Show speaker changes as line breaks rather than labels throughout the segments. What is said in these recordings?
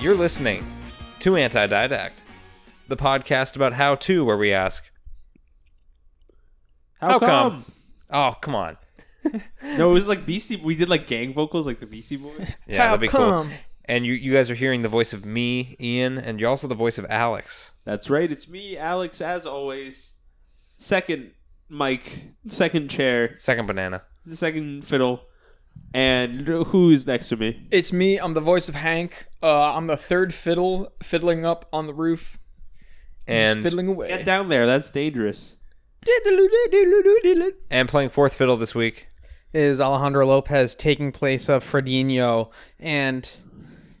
You're listening to Anti Didact, the podcast about how to, where we ask, How come? Oh, come on.
No, it was like Beastie. We did like gang vocals, like the Beastie Boys.
Yeah,
How
that'd be
come?
cool. And you, you guys are hearing the voice of me, Ian, and you're also the voice of Alex.
That's right. It's me, Alex, as always. Second mic, second chair,
Second banana.
second fiddle, and who's next to me?
It's me. I'm the voice of Hank. Uh, I'm the third fiddle, fiddling up on the roof, just
And
fiddling away.
Get down there. That's dangerous.
and playing fourth fiddle this week.
is Alejandro Lopez taking place of Fredinho. And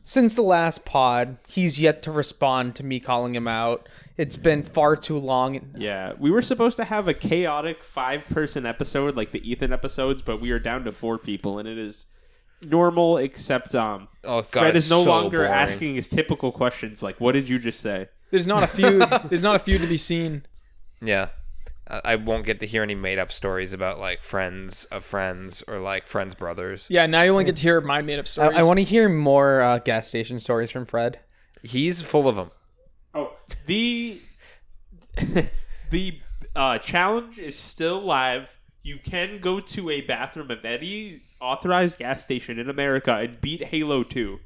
since the last pod, he's yet to respond to me calling him out. It's been far too long.
Yeah, we were supposed to have a chaotic five-person episode, like the Ethan episodes, but we are down to four people, and it is normal. Except um,
Oh, God.
Fred
it's
is no
so
longer
boring.
asking his typical questions, like "What did you just say?"
There's not a feud. There's not a feud to be seen.
Yeah. I I won't get to hear any made up stories about like friends of friends or like friends brothers.
Yeah, now you only get to hear my made up
I,
stories.
want to hear more uh, gas station stories from Fred.
He's full of them.
Oh, the the uh, challenge is still live. You can go to a bathroom of any authorized gas station in America and beat Halo Two.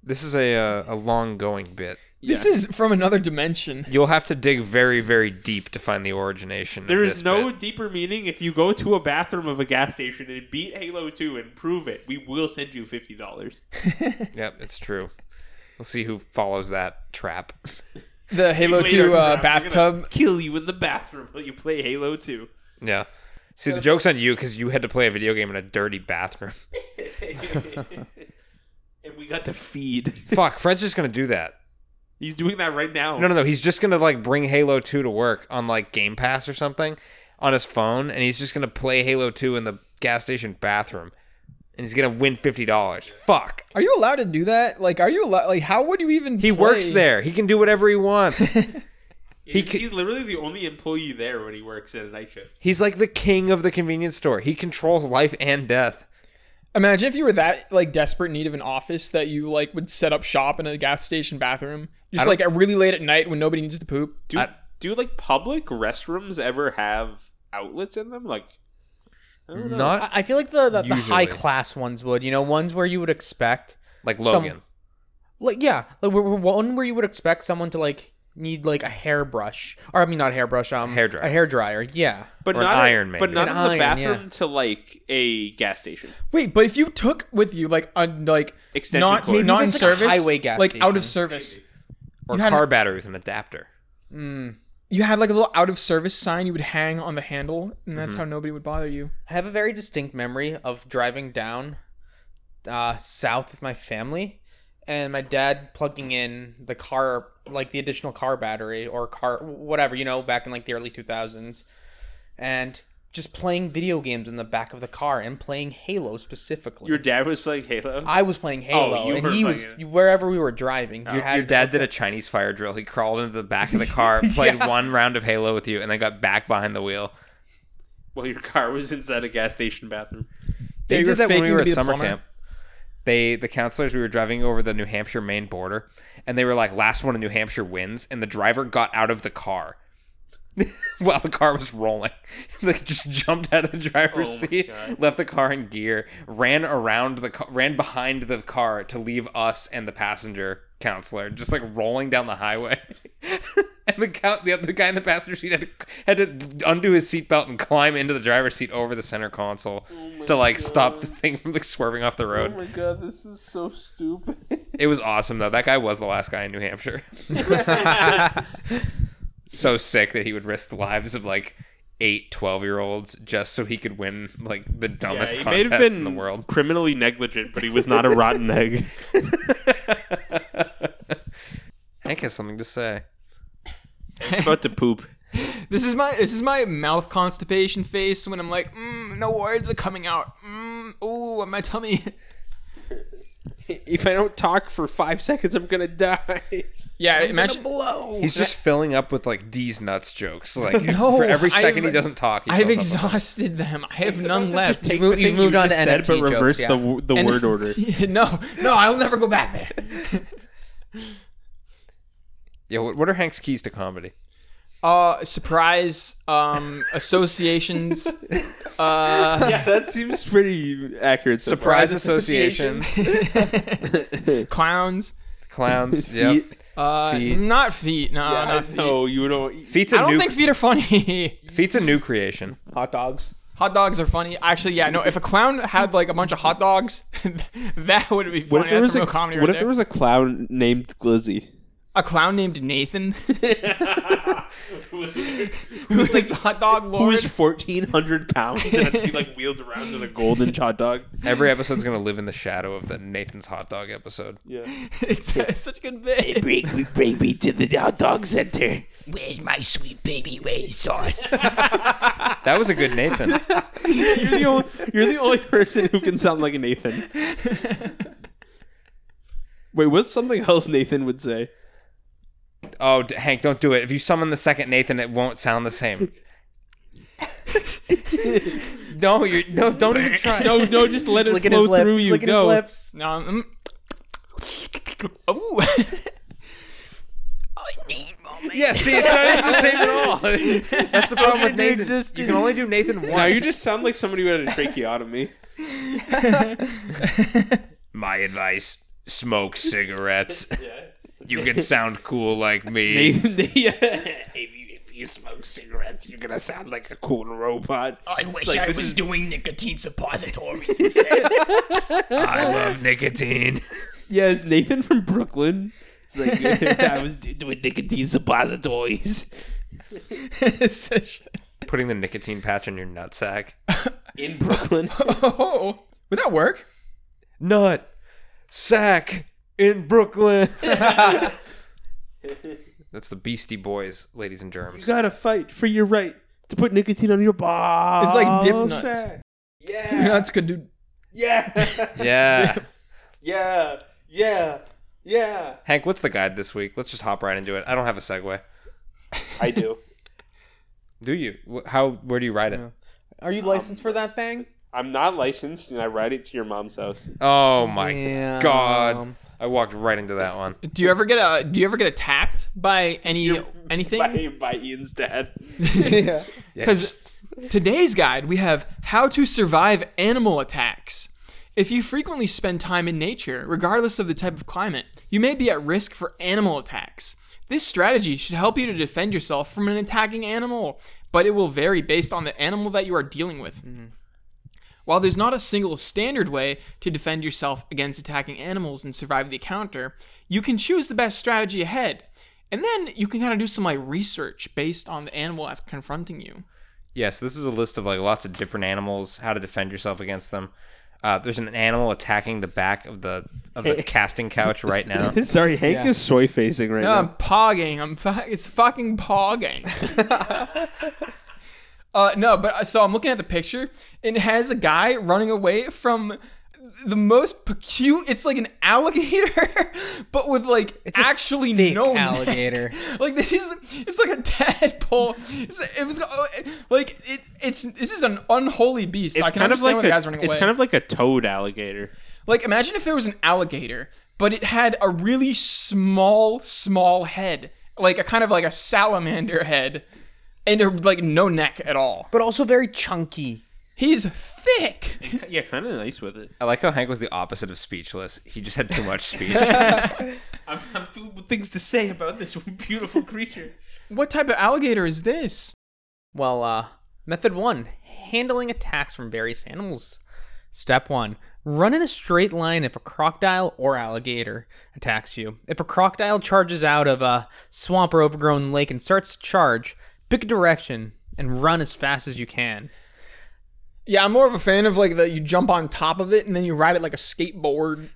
This is a uh, a long going bit.
This is from another dimension.
You'll have to dig very very deep to find the origination.
There
of
is
this
no
bit.
deeper meaning if you go to a bathroom of a gas station and beat Halo Two and prove it. We will send you fifty dollars.
Yep, it's true. We'll see who follows that trap.
The Halo 2 uh, bathtub.
kill you in the bathroom while you play Halo Two.
yeah. See, the joke's on you because you had to play a video game in a dirty bathroom.
and we got to feed.
Fuck, Fred's just gonna do that.
He's doing that right now.
No, no, no. He's just gonna like bring Halo Two to work on like Game Pass or something on his phone, and he's just gonna play Halo Two in the gas station bathroom, and he's gonna win fifty dollars. Fuck.
Are you allowed to do that? Like, are you allowed? Like, how would you even?
He
play?
works there. He can do whatever he wants.
He's,
could-
he's literally the only employee there when he works at a night shift.
he's like the king of the convenience store. He controls life and death.
Imagine if you were that like desperate in need of an office that you like would set up shop in a gas station bathroom, just like at really late at night when nobody needs to poop.
Do
I-
do like public restrooms ever have outlets in them? Like, I don't know.
Not
I, I feel like the, the, the
Usually.
high class ones would, you know, ones where you would expect.
like Logan.
Like, yeah, like where- where- one where you would expect someone to, like, need, like, a hairbrush. Or, I mean, not a hairbrush, um,
Hairdryer.
a hairdryer, yeah.
but
or an
not
Iron Man.
but not
An
in the
iron, yeah.
bathroom to like a gas station.
Wait, but if you took with you like un, like
Extension
not
cord. Maybe
non
that's, like, a
service
highway gas
like out of
station.
service,
or
You had-
car battery with an adapter.
you had like a little out of service sign you would hang on the handle, and that's how nobody would bother you.
Mm-hmm. I have a very distinct memory of driving down uh, south with my family and my dad plugging in the car, like the additional car battery or car, whatever, you know, back in like the early 2000s, and just playing video games in the back of the car and playing Halo specifically.
Your dad was playing Halo.
I was playing
Oh,
Halo,
you
and
were
he was
playing
wherever we were driving. he
Your,
had-
your dad did a Chinese fire drill. He crawled into the back of the car, played one round of Halo with you, and then got back behind the wheel.
well, your car was inside a gas station bathroom.
They
Yeah, you
did
were
that when we
faking
were
to
at
be the
summer
plumber.
camp. They the counselors we were driving over the New Hampshire Maine border, and they were like, "Last one in New Hampshire wins," and the driver got out of the car while the car was rolling. they just jumped out of the driver's
Oh my
seat,
God.
left the car in gear, ran around the ca- ran behind the car to leave us and the passenger counselor just like rolling down the highway. and the count the other guy in the passenger seat had to, had to undo his seatbelt and climb into the driver's seat over the center console
Oh
to like stop the thing from like swerving off the road.
my god, this is so stupid.
It was awesome though. That guy was the last guy in New Hampshire. so sick that he would risk the lives of like eight 12 year olds just so he could win like the
yeah,
dumbest
he may
contest
have been
in the world.
criminally negligent, but he was not a rotten egg.
Hank has something to say.
About to poop.
This is my this is my mouth constipation face when I'm like, mm, no words are coming out. Mm, ooh, my tummy.
If I don't talk for five seconds, I'm gonna die.
Yeah, imagine.
He's just filling up with like these nuts jokes. Like
No,
for every
I've-
2nd he doesn't talk, he
I've
fills up with
exhausted them. I have none left.
You moved- you moved on to NFT
but
jokes,
reverse
yeah.
the, w- the
And-
word order.
no, no, I'll never go back there.
Yeah, what, what are Hank's keys to comedy?
Uh, surprise, um, associations, uh,
yeah, that seems pretty accurate. so far.
Surprise associations,
clowns,
clowns. Yeah,
Feet.
uh,
Feet.
not feet. No,
Yeah,
not feet.
no, Oh, you don't.
feet's
I
a
don't
new
think feet are funny.
feet's a new creation.
Hot dogs.
hot dogs are funny. Actually, yeah, no. If a clown had like a bunch of hot dogs, that would be funny.
What if there
That's
was
a
a
real comedy
What
right
if there
there.
was a clown named Glizzy?
a clown named Nathan
Who
who's like the hot dog
who
lord.
was fourteen hundred pounds and had to be like wheeled around in a golden hot dog?
Every episode's gonna live in the shadow of the Nathan's hot dog episode.
Yeah.
it's, it's such a good bit.
Bring me, bring me to the hot dog center.
Where's my sweet baby Ray sauce?
That was a good Nathan.
You're the only you're the only person who can sound like a Nathan. Wait, what's something else Nathan would say?
Oh, d- Hank, don't do it. If you summon the second Nathan, it won't sound the same. no, you no, don't even try.
No, no, just let it
Licking
flow
his lips.
through you.
licking
Go.
his lips.
No, I'm- Ooh.
Yeah, see, it's not even the same at all. That's the
Um,
problem with Nathan. You can only do Nathan
Now
once.
you just sound like somebody who had a tracheotomy.
My advice: smoke cigarettes. You can sound cool like me.
Nathan, yeah.
If you, if you smoke cigarettes, you're gonna sound like a cool
robot.
I wish
like,
I
this
was
is-
doing nicotine suppositories instead.
I love nicotine.
Yeah, is Nathan from Brooklyn?
It's like I was do- doing nicotine suppositories.
Such-
Putting the nicotine patch on your nutsack.
In Brooklyn.
oh, would that work?
Nut sack in Brooklyn. That's the Beastie Boys, ladies and
you
germs.
gotta fight for your right to put nicotine on your balls.
It's like dip nuts.
Yeah.
You know, that's good, dude.
Yeah.
Yeah.
yeah. Yeah. Yeah.
Hank, what's the guide this week? Let's just hop right into it. I don't have a segue.
I do.
Do you? Wh- How? Where do you ride it?
Are you licensed for that thing?
I'm not licensed and I ride it to your mom's house.
Oh my
Damn.
god! I walked right into that one.
Do you ever get a? Do you ever get attacked by any anything?
By, by Ian's dad.
yeah.
Because today's guide, we have how to survive animal attacks. If you frequently spend time in nature, regardless of the type of climate, you may be at risk for animal attacks. This strategy should help you to defend yourself from an attacking animal, but it will vary based on the animal that you are dealing with. While there's not a single standard way to defend yourself against attacking animals and survive the encounter, you can choose the best strategy ahead. And then you can kind of do some like research based on the animal that's confronting you.
Yes, this is a list of like lots of different animals, how to defend yourself against them. Uh, there's an animal attacking the back of the of the casting couch right now.
Sorry, Hank
Yeah.
is soy facing right
No, I'm
now.
pogging. I'm fu- it's fucking pogging. uh, no, but uh, so I'm looking at the picture and it has a guy running away from the most peculiar. It's like an alligator, but with like actually no neck.
alligator.
Like this is it's like a tadpole. It's, it was oh, it- like it, it's this is an unholy beast. I
It's
can
kind of like
understand why the
a,
guys running away.
it's kind of like a toad alligator.
Like, imagine if there was an alligator, but it had a really small, small head, like a kind of like a salamander head, and uh, like no neck at all.
but also very chunky.
He's thick.
Yeah, kind of nice with it.
I like how Hank was the opposite of speechless. He just had too much speech.
I'm, I'm filled with things to say about this beautiful creature.
What type of alligator is this?
Well, uh, method one handling attacks from various animals. Step one run in a straight line if a crocodile or alligator attacks you. If a crocodile charges out of a swamp or overgrown lake and starts to charge, pick a direction and run as fast as you can.
Yeah, I'm more of a fan of like that you jump on top of it and then you ride it like a skateboard.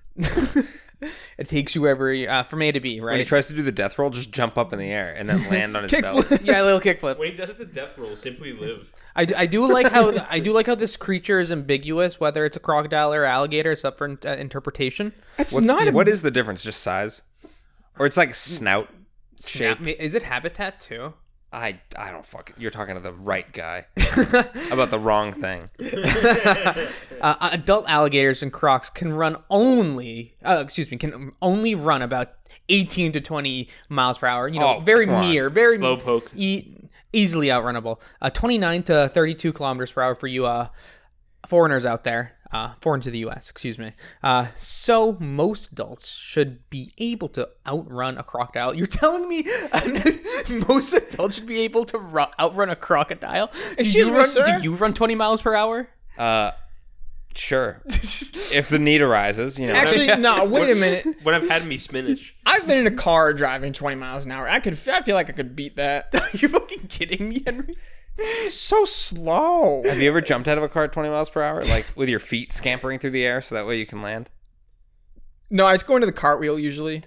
It takes you every uh, from A to B,
When he
right?
tries to do the death roll, just jump up in the air and then land on his belly.
yeah, a little kickflip.
When he does the death roll, simply live.
I, d- I do like how I do like how this creature is ambiguous, whether it's a crocodile or alligator. It's up for in- uh, interpretation.
That's
What's,
not a,
what is the difference? Just size, or it's like snout shape.
Now, ma- Is it habitat too?
I I don't fuck. You're talking to the right guy about the wrong thing.
Uh, adult alligators and crocs can run only, uh, excuse me, can only run about 18 to 20 miles per hour. You know,
Oh,
very
come on.
near, very
Slowpoke.
E- easily outrunnable. Uh, 29 to 32 kilometers per hour for you uh, foreigners out there, uh, foreign to the U.S. Excuse me. Uh, so most adults should be able to outrun a crocodile. You're telling me most adults should be able to ru- outrun a crocodile? Do
Excuse
you
me,
run,
sir?
Do you run 20 miles per hour?
Uh, sure. if the need arises, you know.
Actually, no. Wait a minute.
What I've had me spinach.
I've been in a car driving 20 miles an hour. I could. I feel like I could beat that.
Are you fucking kidding me, Henry?
It's so slow.
Have you ever jumped out of a car at 20 miles per hour, like with your feet scampering through the air, so that way you can land?
No, I just go into the cartwheel usually,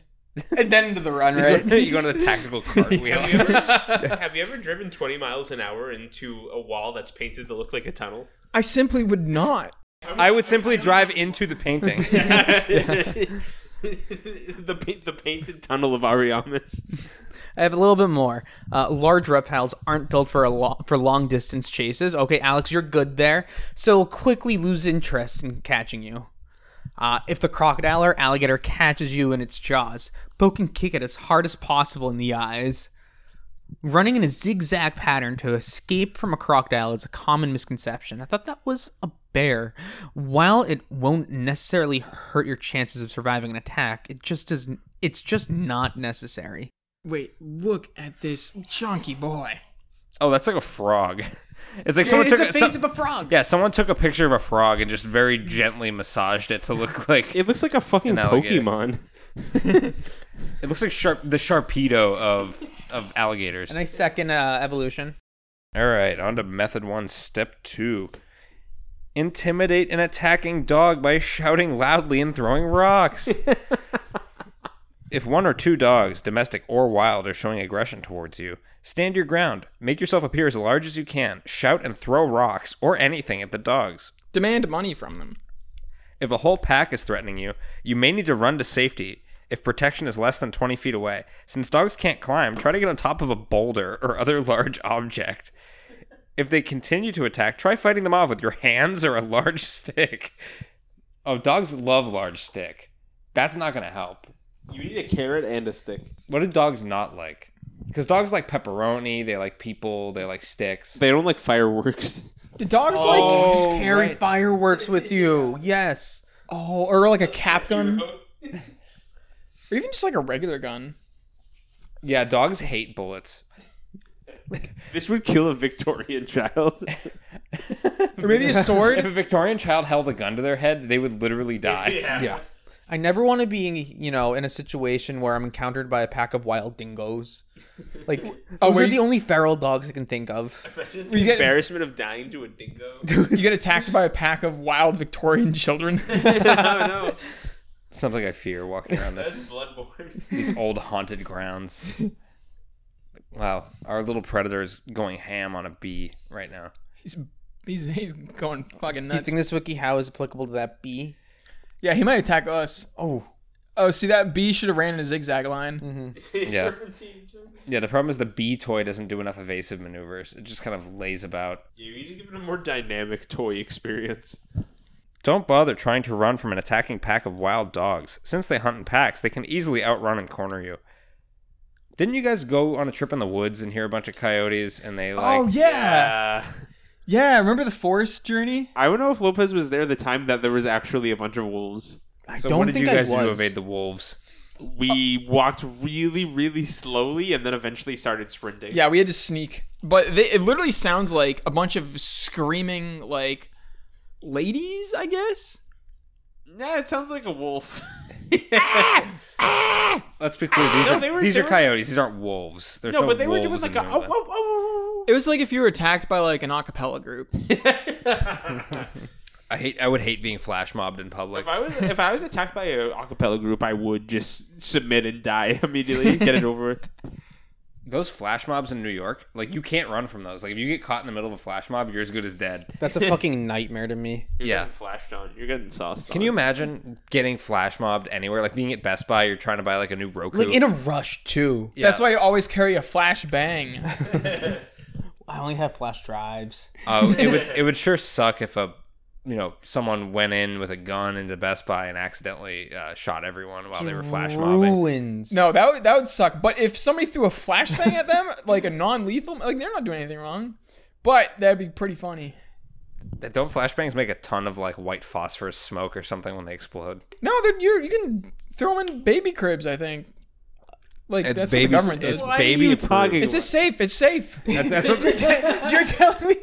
and then into the run. Right?
you go to the tactical cartwheel.
Have you, ever, have you ever driven 20 miles an hour into a wall that's painted to look like a tunnel?
I simply would not.
I would simply drive into the painting.
the, pa- the painted tunnel of Ariamis.
I have a little bit more. Uh, large reptiles aren't built for a lo- for long distance chases. Okay, Alex, you're good there. So we'll quickly lose interest in catching you. Uh, if the crocodile or alligator catches you in its jaws, poke and kick it as hard as possible in the eyes. Running in a zigzag pattern to escape from a crocodile is a common misconception. I thought that was a bear. While it won't necessarily hurt your chances of surviving an attack, it just doesn't. It's just not necessary.
Wait, look at this chunky boy.
Oh, that's like a frog. It's like someone took
it's the
so-
face of a frog.
yeah, someone took a picture of a frog and just very gently massaged it to look like it,
It looks like a fucking
An alligator.
Pokemon.
looks like sharp the Sharpedo of of alligators.
Nice second uh, evolution.
All right, on to method one, step two. Intimidate an attacking dog by shouting loudly and throwing rocks. if one or two dogs, domestic or wild, are showing aggression towards you, stand your ground. Make yourself appear as large as you can. Shout and throw rocks or anything at the dogs.
Demand money from them.
If a whole pack is threatening you, you may need to run to safety if protection is less than 20 feet away. Since dogs can't climb, try to get on top of a boulder or other large object. If they continue to attack, try fighting them off with your hands or a large stick. Oh, dogs love large stick. That's not going to help.
You need a carrot and a stick.
What do dogs not like? Because dogs like pepperoni, they like people, they like sticks.
They don't like fireworks.
The dog's like just carry
fireworks with you. Yes.
oh, or like a cap gun,
Oh.
or even just like a regular gun.
Yeah, dogs hate bullets.
This would kill a Victorian child.
Or maybe a
If a
sword.
Victorian child held a gun to their head, they would literally die.
yeah.
I never want to be, you know, in a situation where I'm encountered by a pack of wild dingoes. Like, oh, those
were
are
you-
the only feral dogs I can think of.
Imagine
You
the
get-
embarrassment of dying to a dingo.
You get attacked by a pack of wild Victorian children.
I know.
Something I fear walking around
That's
this
bloodborne.
these old haunted grounds. Wow, our little predator is going ham on a bee right now.
he's, he's he's going fucking
Do you
nuts.
think this wiki how is applicable to that bee?
yeah, he might attack us.
Oh,
Oh, see that bee should have ran in a zigzag line.
Yeah. Yeah, the problem is the bee toy doesn't do enough evasive maneuvers. It just kind of lays about.
You need to give it a more dynamic toy experience.
Don't bother trying to run from an attacking pack of wild dogs. Since they hunt in packs, they can easily outrun and corner you. Didn't you guys go on a trip in the woods and hear a bunch of coyotes and they like
oh yeah,
Uh,
yeah. Remember the forest journey?
I don't know if Lopez was there the time that there was actually a bunch of wolves.
I
So
don't
what did
think
you guys
I
do
was.
to evade the wolves?
We walked really, really slowly and then eventually started sprinting.
Yeah, we had to sneak. But they, it literally sounds like a bunch of screaming like ladies, I guess.
Nah, it sounds like a wolf.
Let's be clear, these
No,
are,
they were-
these
they
are
were-
coyotes. These aren't wolves. There's
no,
no
but they were doing
wolves
like
in
a.
New
Oh,
England.
oh, oh,
It was like if you were attacked by like an a cappella group.
I hate. I would hate being flash mobbed in public.
oh. If I was if I was attacked by a acapella group, I would just submit and die immediately and get it over with.
Those flash mobs in New York, like you can't run from those. Like if you get caught in the middle of a flash mob, you're as good as dead.
That's a fucking nightmare to me.
You're
Yeah.
getting flashed on. You're getting sauced
Can
on.
you imagine getting flash mobbed anywhere? Like being at Best Buy, you're trying to buy like a new Roku.
Like in a rush too.
Yeah.
That's why I always carry a flash bang.
I only have flash drives.
Uh, it would it would sure suck if a you know someone went in with a gun into Best Buy and accidentally uh, shot everyone while they were flash mobbing.
Ruins.
No, that would, that would suck. But if somebody threw a flashbang at them, like a non-lethal, like they're not doing anything wrong. But that'd be pretty funny.
That- Don't flashbangs make a ton of like white phosphorus smoke or something when they explode?
No, they're, you're, you can throw them in baby cribs. I think. Like
It's
that's
baby.
what the government
It's
does.
Why are
baby.
you
proof.
talking-
It's just safe. It's safe.
That's, that's what,
You're telling me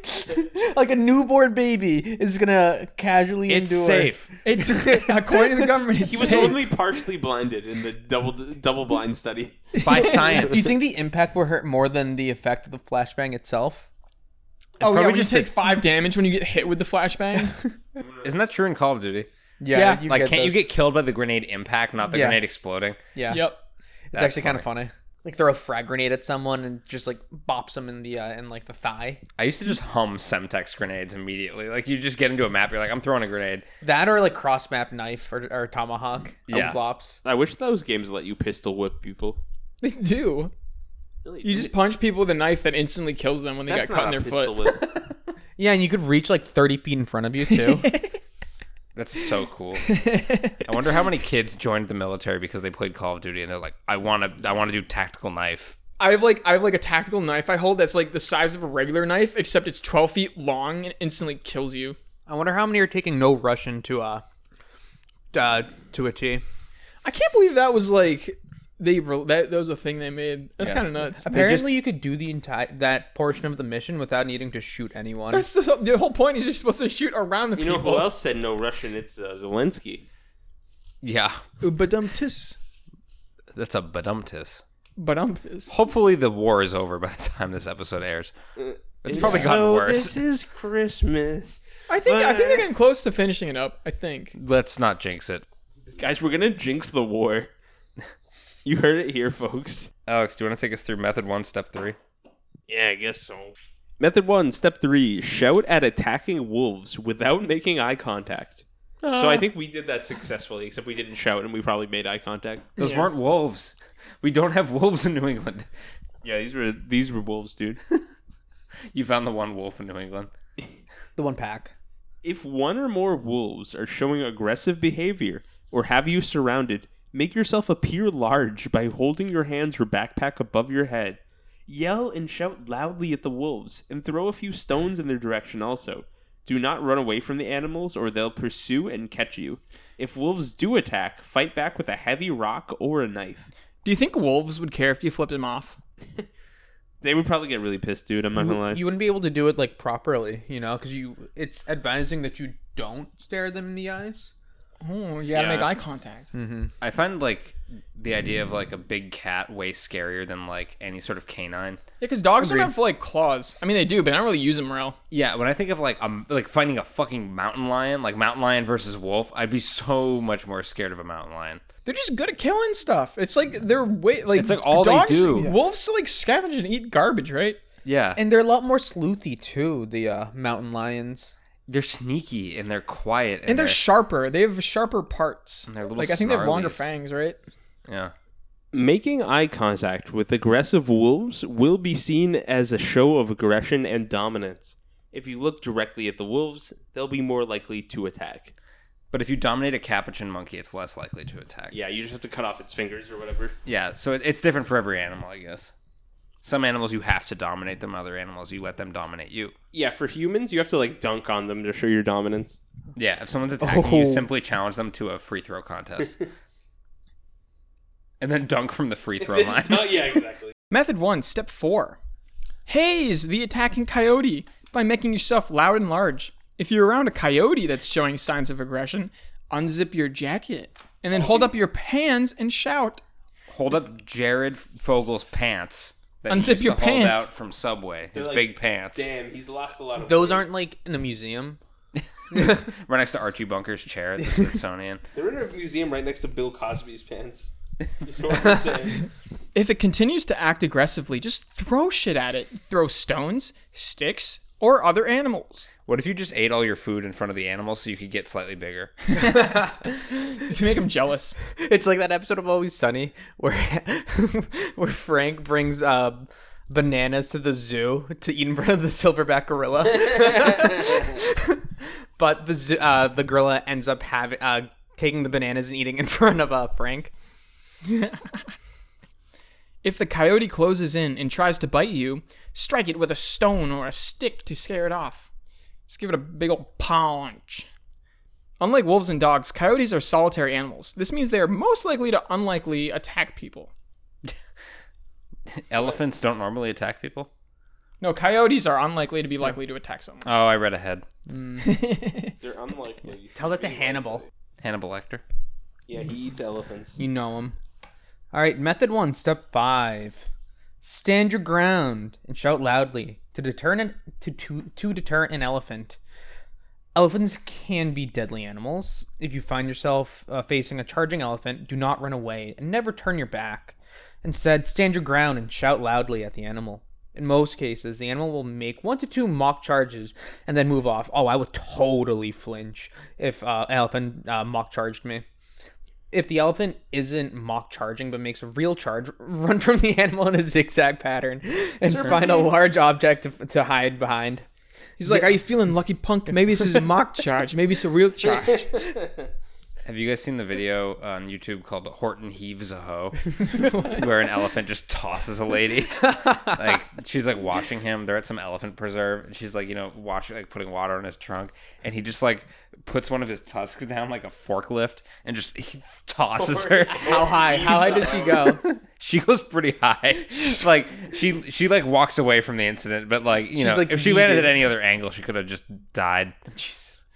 like a newborn baby is gonna casually
it's
endure.
safe.
It's according to the government. It's
He was
safe.
only partially blinded in the double double blind study.
by
Do you
science.
think the impact will hurt more than the effect of the flashbang itself?
oh yeah,
probably
when you
just
take five damage when you get hit with the flashbang.
Isn't that true in Call of Duty?
Yeah,
Yeah.
you
Like, can't you
those-
get killed by the grenade impact, not the
Yeah.
grenade exploding?
Yeah,
yep.
it's actually kind of funny. Like throw a frag grenade at someone and just like bops them in the uh, in like the thigh.
I used to just hum Semtex grenades immediately. Like, you just get into a map, you're like, I'm throwing a grenade.
That or like cross map knife or, or tomahawk.
Yeah.
Yeah, bops.
I wish those games let you pistol whip people.
They do.
Really,
You just punch people with a knife that instantly kills them when they
that's
got cut in
not
their
a
foot.
pistol whip.
Yeah, and you could reach like thirty feet in front of you too.
That's so cool. I wonder how many kids joined the military because they played Call of Duty and they're like, I want to, I want to do tactical knife.
I have like I have like a tactical knife I hold that's like the size of a regular knife, except it's twelve feet long and instantly kills you.
I wonder how many are taking no Russian to uh, uh to a T.
I can't believe that was like they re- that, that was a thing they made. That's kind of nuts.
Apparently, you could do the entire that portion of the mission without needing to shoot anyone.
That's the, the whole point is you're supposed to shoot around the
You know
people.
who else said no Russian? It's uh, Zelensky.
Yeah,
Ubadumtis.
that's a badumptis.
Badumtis.
Hopefully, the war is over by the time this episode airs. It's probably gotten
so
worse.
This is Christmas,
I think I think they're getting close to finishing it up. I think.
Let's not jinx it.
guys. We're gonna jinx the war. You heard it here, folks.
Alex, do you want to take us through method one, step three?
Yeah, I guess so. Method one, step three: shout at attacking wolves without making eye contact. So I think we did that successfully, except we didn't shout and we probably made eye contact.
Those weren't wolves. We don't have wolves in New England.
Yeah, these were these were wolves, dude.
You found the one wolf in New England.
the one pack.
If one or more wolves are showing aggressive behavior or have you surrounded, make yourself appear large by holding your hands or backpack above your head. Yell and shout loudly at the wolves and throw a few stones in their direction also. Do not run away from the animals or they'll pursue and catch you. If wolves do attack, fight back with a heavy rock or a knife.
Do you think wolves would care if you flipped them off?
They would probably get really pissed, dude. I'm not gonna lie.
You wouldn't be able to do it like properly, you know, because you it's advising that you don't stare them in the eyes.
Oh, you gotta
Yeah. Hmm.
make eye contact.
I find like the idea of like a big cat way scarier than like any sort of canine.
because dogs don't have like claws. I mean, they do, but I don't really use them real.
Yeah, when I think of like um like finding a fucking mountain lion, like mountain lion versus wolf, I'd be so much more scared of a mountain lion.
They're just good at killing stuff. It's like they're way like
It's like all they
dogs,
do.
Wolves like scavenge and eat garbage, right?
Yeah, and
And they're a lot more sleuthy too. The uh, mountain lions.
they're sneaky and they're quiet and,
And they're sharper. They have sharper parts.
they're little
like I think they have longer
snarlies.
fangs, right?
yeah.
Making eye contact with aggressive wolves will be seen as a show of aggression and dominance. If you look directly at the wolves, they'll be more likely to attack.
But if you dominate a capuchin monkey, it's less likely to attack.
Yeah, you just have to cut off its fingers or whatever.
Yeah, so it, it's different for every animal, I guess. Some animals you have to dominate them, other animals you let them dominate you.
Yeah, for humans, you have to like dunk on them to show your dominance.
Yeah, if someone's attacking you,
Oh.
simply challenge them to a free throw contest. and then dunk from the free throw line.
Oh, yeah, exactly.
Method one, step four. Haze the attacking coyote by making yourself loud and large. If you're around a coyote that's showing signs of aggression, unzip your jacket and then hold up your pants and shout.
Hold up Jared Fogel's pants. That he
Unzip
used
your
to hold
pants.
out from Subway. His
like,
big pants.
Damn, he's lost a lot of.
Those aren't like in a museum.
Right next to Archie Bunker's chair at the Smithsonian.
They're in a museum right next to Bill Cosby's pants. You know what I'm saying?
If it continues to act aggressively, just throw shit at it. Throw stones, sticks, or other animals.
What if you just ate all your food in front of the animals so you could get slightly bigger?
You can make them jealous.
It's like that episode of Always Sunny where where Frank brings uh, bananas to the zoo to eat in front of the silverback gorilla. but the zoo, uh, the gorilla ends up having uh, taking the bananas and eating in front of uh, Frank.
If the coyote closes in and tries to bite you, strike it with a stone or a stick to scare it off. Just give it a big old punch. Unlike wolves and dogs, coyotes are solitary animals. This means they are most likely to unlikely attack people.
Elephants don't normally attack people.
No, coyotes are unlikely to be likely to attack someone.
Oh, I read ahead.
They're unlikely.
Tell that to Hannibal.
Hannibal Lecter.
Yeah, he eats elephants.
You know him. All right, method one, step five: stand your ground and shout loudly to deter an, to, to to deter an elephant. Elephants can be deadly animals. If you find yourself uh, facing a charging elephant, do not run away and never turn your back. Instead, stand your ground and shout loudly at the animal. In most cases, the animal will make one to two mock charges and then move off. Oh, I would totally flinch if uh, an elephant uh, mock charged me if the elephant isn't mock charging but makes a real charge, run from the animal in a zigzag pattern and find a large object to, to hide behind.
He's like, Are you feeling lucky, punk? Maybe this is a mock charge. Maybe it's a real charge.
Have you guys seen the video on YouTube called Horton Heaves a Hoe? where an elephant just tosses a lady. like she's like washing him. They're at some elephant preserve and she's like, you know, washing like putting water in his trunk and he just like puts one of his tusks down like a forklift and just he tosses her.
How high? How high does she go?
She goes pretty high. like she she like walks away from the incident, but like, you know,
like,
if she landed
yeeted.
at any other angle, she could have just died.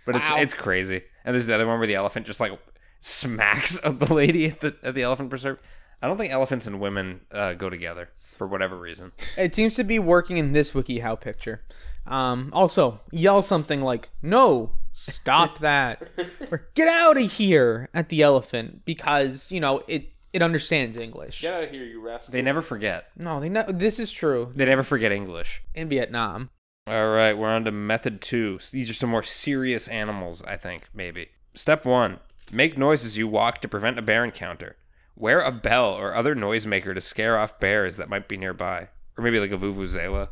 But it's it's crazy. And there's the other one where the elephant just like smacks of the lady at the at the elephant preserve. I don't think elephants and women uh, go together for whatever reason.
It seems to be working in this WikiHow picture. Um, also, yell something like "No, stop that!" or "Get out of here!" at the elephant because you know it. It understands English.
Get out of here, you rascal.
They never forget.
No, they know this is true
They never forget English.
in Vietnam.
All right, we're on to method two. These are some more serious animals, I think, maybe. Step one make noise as you walk to prevent a bear encounter. Wear a bell or other noisemaker to scare off bears that might be nearby. Or maybe like a vuvuzela.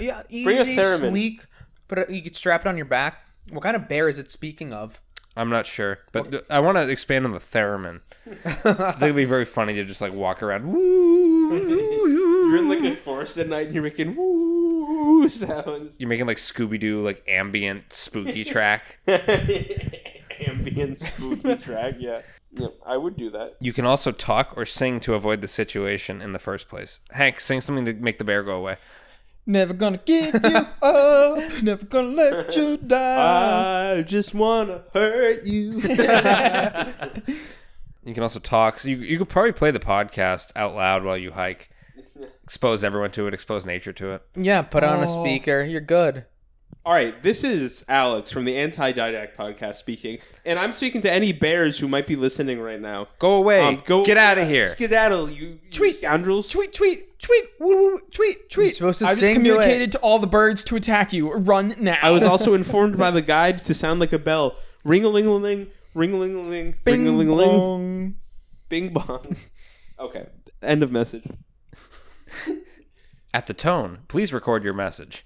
Yeah, easy,
Bring a theremin.
sleek, but you could strap it on your back. What kind of bear is it speaking of?
I'm not sure, but th- I want to expand on the theremin. I think it'd be very funny to just like walk around. Woo!
You're in like a forest at night and you're making woo sounds.
You're making like Scooby Doo, like ambient spooky track.
Ambient spooky track, yeah. Yep, I would do that.
You can also talk or sing to avoid the situation in the first place. Hank, sing something to make the bear go away.
never gonna give you up. Never gonna let you die.
I just wanna hurt you.
You can also talk. So you you could probably play the podcast out loud while you hike. Expose everyone to it. Expose nature to it.
Yeah, put it on a speaker. You're good.
All right, this is Alex from the Anti Didact podcast speaking, and I'm speaking to any bears who might be listening right now.
Go away.
Um, go
Get out of here.
Skedaddle, you, you
Tweet.
scoundrels!
Tweet, tweet, tweet, woo, woo, tweet, tweet.
supposed to
I just
sing to
communicated to, all the birds to attack you. Run now.
I was also informed by the guide to sound like a bell. Ring a ling a ling, ring a ling a ling, ring a ling a ling,
Bong.
bing bong. Okay, end of message.
At the tone, please record your message.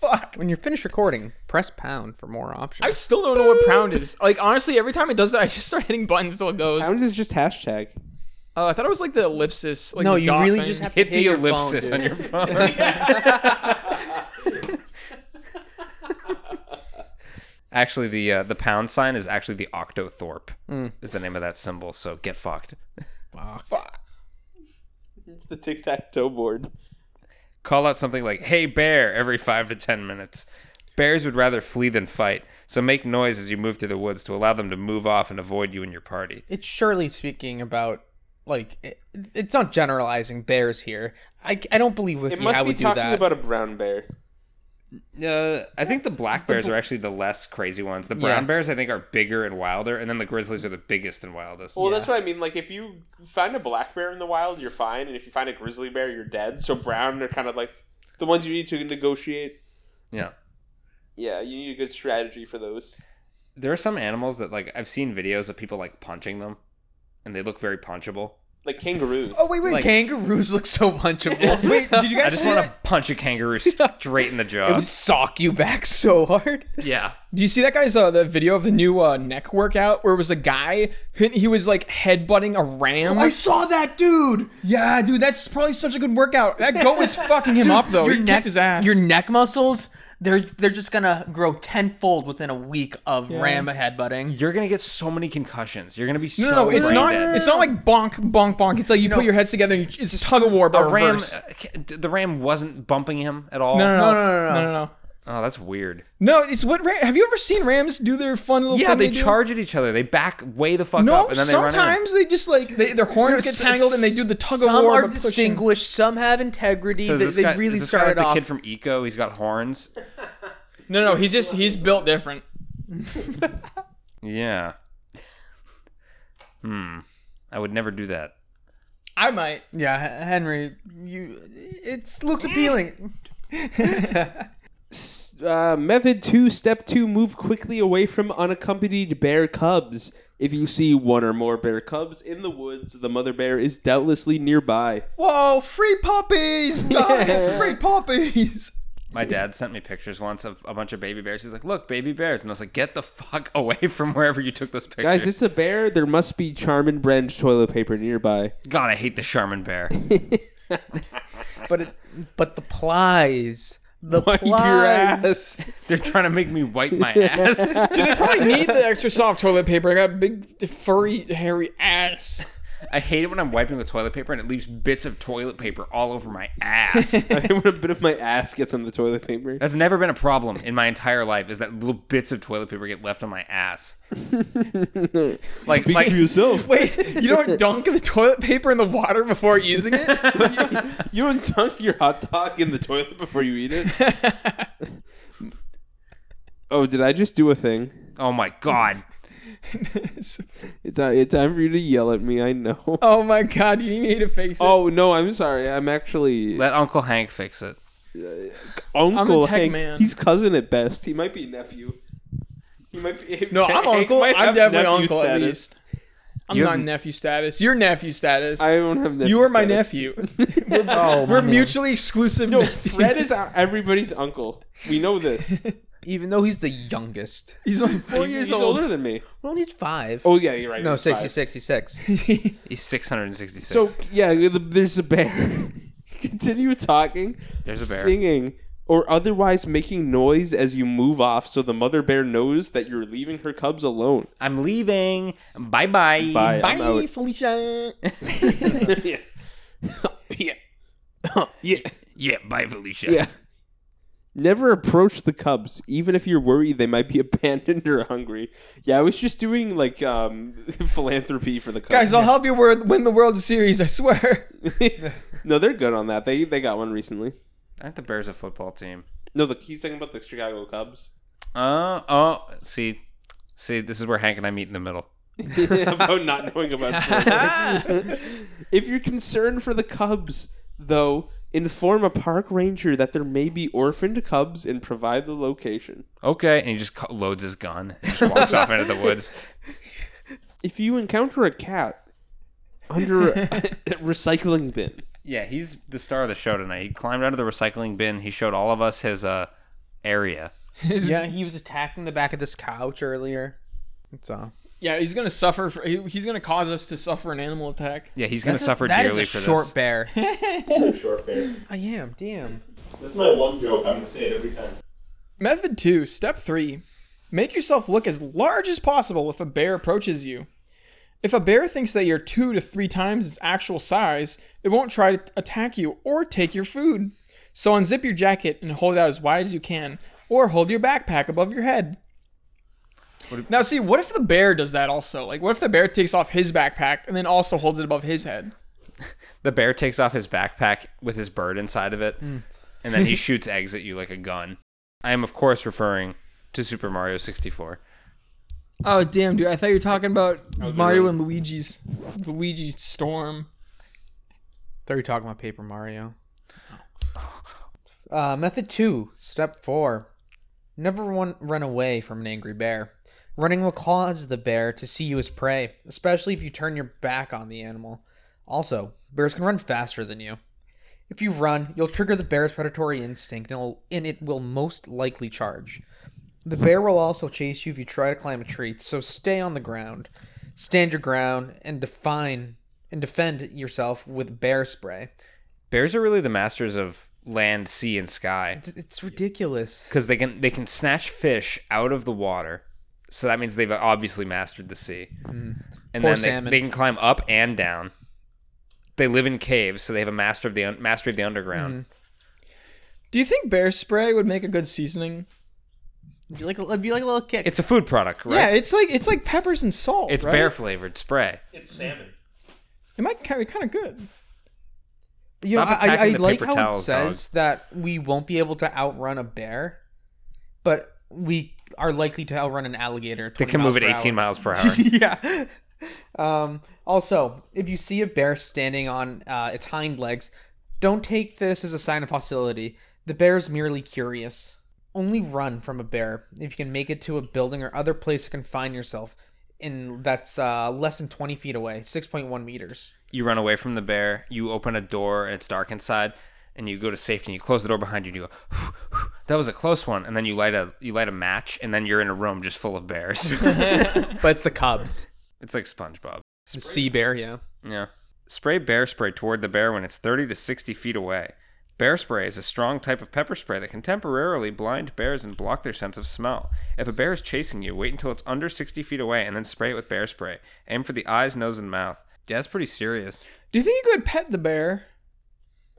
Fuck.
When you're finished recording, press pound for more
I
options.
still don't know what pound is. Like honestly, every time it does that, I just start hitting buttons till it goes.
Sound is just hashtag.
Oh, I thought it was like the ellipsis. Like
no,
the
you
dot
really
thing.
just have to
Hit the
your phone,
ellipsis
dude.
on your phone. actually, the uh, the pound sign is actually the octothorpe. Is the name of that symbol? So get fucked.
It's the tic tac toe board.
Call out something like "Hey bear" every five to ten minutes. Bears would rather flee than fight, so make noise as you move through the woods to allow them to move off and avoid you and your party.
It's surely speaking about like it, it's not generalizing bears here. I, I don't believe
It
WikiHow
must be
would do
talking
that.
about a brown bear.
Uh, I think the black bears are actually the less crazy ones. The brown bears, I think, are bigger and wilder, and then the grizzlies are the biggest and wildest.
Well, that's what I mean. Like, if you find a black bear in the wild, you're fine, and if you find a grizzly bear, you're dead. So brown are kind of like the ones you need to negotiate.
yeah.
Yeah, you need a good strategy for those.
There are some animals that like I've seen videos of people like punching them, and they look very punchable.
Like kangaroos.
Oh wait, wait. kangaroos look so punchable. wait,
Did you guys
I just
see
want
that?
to punch a kangaroo straight in the
It
jaw.
would sock you back so hard.
yeah.
Do you see that guy's uh, the video of the new uh, neck workout where it was a guy he, he was like headbutting a ram?
saw that dude.
Oh, yeah, dude, that's probably such a good workout. That goat was fucking him up though. he kicked his ass.
Your neck muscles, they're they're just gonna grow tenfold within a week of ram headbutting.
You're gonna get so many concussions. You're gonna be so
no, no, it's
brain
not.
dead.
It's not like bonk, bonk, bonk. It's like you put your heads together. and you, It's a tug of war, but
a ram.
reverse.
uh, ca- The ram wasn't bumping him at all.
No, no, no,
no, no, no.
no, no.
Oh, that's weird.
No, it's what ram, have you ever seen rams do their fun little?
Yeah,
thing
they
do?
charge at each other. They back way the fuck
No,
up, and then they run. in.
sometimes they just like they, their horns get
s-
tangled and they do the tug of
Some
war.
are
but pushing.
distinguished, some have integrity.
So is
they
this
they
guy-
really
is this guy like the
started off.
kid from Eco. He's got horns.
No, no, he's just he's built different.
Yeah. hmm. I would never do that.
I might.
yeah, Henry, you it looks appealing.
uh, method two, step two, move quickly away from unaccompanied bear cubs. If you see one or more bear cubs in the woods, the mother bear is doubtlessly nearby.
Whoa, free puppies, guys!
Yeah.
Free puppies.
My dad sent me pictures once of a bunch of baby bears. He's like, "Look, baby bears," and I was like, "Get the fuck away from wherever you took this picture."
Guys, it's a bear. There must be Charmin brand toilet paper nearby.
God, I hate the Charmin bear.
But it, but the plies. The
Wipe your
plies.
ass.
They're trying to make me wipe my ass.
Dude, they probably need the extra soft toilet paper. I got a big furry hairy ass.
I hate it when I'm wiping with toilet paper and it leaves bits of toilet paper all over my ass.
I hate when a bit of my ass gets on the toilet paper.
That's never been a problem in my entire life. Is that little bits of toilet paper get left on my ass? like,
Speak
like
for yourself.
Wait, you don't dunk the toilet paper in the water before using it?
You don't dunk your hot dog in the toilet before you eat it. oh, did I just do a thing?
oh my god.
It's, uh, it's time for you to yell at me. I know.
oh my god, you need to fix it.
Oh no, I'm sorry. I'm actually
Let Uncle Hank fix it.
uncle.
tech
Hank.
man.
He's cousin at best. He might be nephew. He might be.
no, I'm
Hank
uncle.
might
I'm
have
definitely
nephew
uncle
status.
at least. I'm
You
not
have-
nephew status. You're nephew status.
I don't have nephew.
you are my
status.
nephew. we're
Oh,
we're mutually exclusive.
No,
nephews.
Fred is our- everybody's uncle. We know this.
Even though he's the youngest.
He's only four
He's,
years
he's
old.
older than me.
Well, he's five.
Oh yeah, you're right.
no,
he's five.
60, 66.
He's 666.
So yeah, the- there's a bear. Continue talking.
There's a bear.
Singing or otherwise making noise as you move off, so the mother bear knows that you're leaving her cubs alone.
I'm leaving. Bye bye.
Bye. I'm
Bye,
out.
Felicia.
yeah. yeah.
Yeah, bye Felicia.
Yeah. Never approach the cubs, even if you're worried they might be abandoned or hungry. Yeah, I was just doing like um, philanthropy for the cubs.
Guys, I'll help you wor- win the World Series. I swear.
no, they're good on that. They they got one recently.
Aren't the Bears a football team?
No, the he's talking about the Chicago Cubs.
Uh oh. See, see, this is where Hank and I meet in the middle.
about not knowing about sports. if you're concerned for the Cubs, though, inform a park ranger that there may be orphaned Cubs and provide the location.
Okay, and he just cu- loads his gun and just walks off into the woods.
If you encounter a cat under a recycling bin,
Yeah, he's the star of the show tonight. He climbed out of the recycling bin. He showed all of us his uh area.
yeah, he was attacking the back of this couch earlier. That's all.
Yeah, he's gonna suffer. For, he, he's gonna cause us to suffer an animal attack.
Yeah, he's gonna suffer
That is
dearly
a
for
short
this.
bear.
short bear.
I am. Damn.
This is my one joke. I'm gonna say it every time.
Method two, step three: make yourself look as large as possible if a bear approaches you. If a bear thinks that you're two to three times its actual size, it won't try to attack you or take your food. So unzip your jacket and hold it out as wide as you can, or hold your backpack above your head. now, see, what if the bear does that also? Like, what if the bear takes off his backpack and then also holds it above his head?
The bear
Hmm.
takes off his backpack with his bird inside of it, and then he shoots eggs at you like a gun. I am, of course, referring to Super Mario 64.
Oh damn, dude! I thought you were talking about Mario and Luigi's Luigi's Storm.
thought you were talking about Paper Mario. Uh, method two, step four. Never run, run away from an angry bear. Running will cause the bear to see you as prey, especially if you turn your back on the animal. Also, bears can run faster than you. If you run, you'll trigger the bear's predatory instinct and, it'll, and it will most likely charge. The bear will also chase you if you try to climb a tree, so stay on the ground. Stand your ground and define and defend yourself with bear spray.
Bears are really the masters of land, sea, and sky
It's- It's ridiculous.
because they can they can snatch fish out of the water. So that means they've obviously mastered the sea. And
Poor
then they,
salmon.
they can climb up and down. They live in caves, so they have a master of the un- mastery of the underground.
Do you think bear spray would make a good seasoning?
It'd be like a, it'd be like a little kick.
It's a food product, right?
Yeah, it's like it's like peppers and salt.
it's
right?
bear flavored spray.
It's salmon.
It might kind of kind of good.
you know,
stop
I, I, I
attacking the
like
paper
how it
towels,
says that we won't be able to outrun a bear, but we are likely to outrun an alligator. at
They
20
can move
miles
at
per
18
hour.
miles per hour.
yeah. Um, also, if you see a bear standing on uh, its hind legs, don't take this as a sign of hostility. The bear is merely curious. Only run from a bear if you can make it to a building or other place to confine yourself, and that's uh, less than 20 feet away, 6.1 meters.
you run away from the bear, you open a door and it's dark inside, and you go to safety and you close the door behind you and you go, "Phew, phew, that was a close one, and then you light a you light a match and then you're in a room just full of bears.
But it's the Cubs.
it's like SpongeBob.
The sea bear, yeah.
Yeah. Spray bear spray toward the bear when it's 30 to 60 feet away. Bear spray is a strong type of pepper spray that can temporarily blind bears and block their sense of smell. If a bear is chasing you, wait until it's under 60 feet away and then spray it with bear spray. Aim for the eyes, nose, and mouth. Yeah, that's pretty serious.
Do you think you could pet the bear?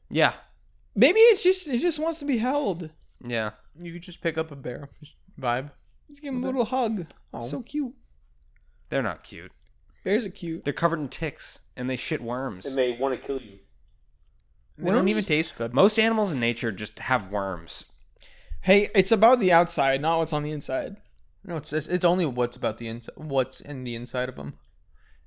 Yeah.
Maybe it's just it just wants to be held.
Yeah.
You could just pick up a bear vibe.
Just give him a little hug.
Oh.
So cute.
They're not cute.
Bears are cute.
They're covered in ticks and they shit worms.
they want to kill you.
They don't
Worms?
even taste good.
Most animals in nature just have worms.
Hey, it's about the outside, not what's on the inside.
No, it's it's, it's only what's about the ins- what's in the inside of them.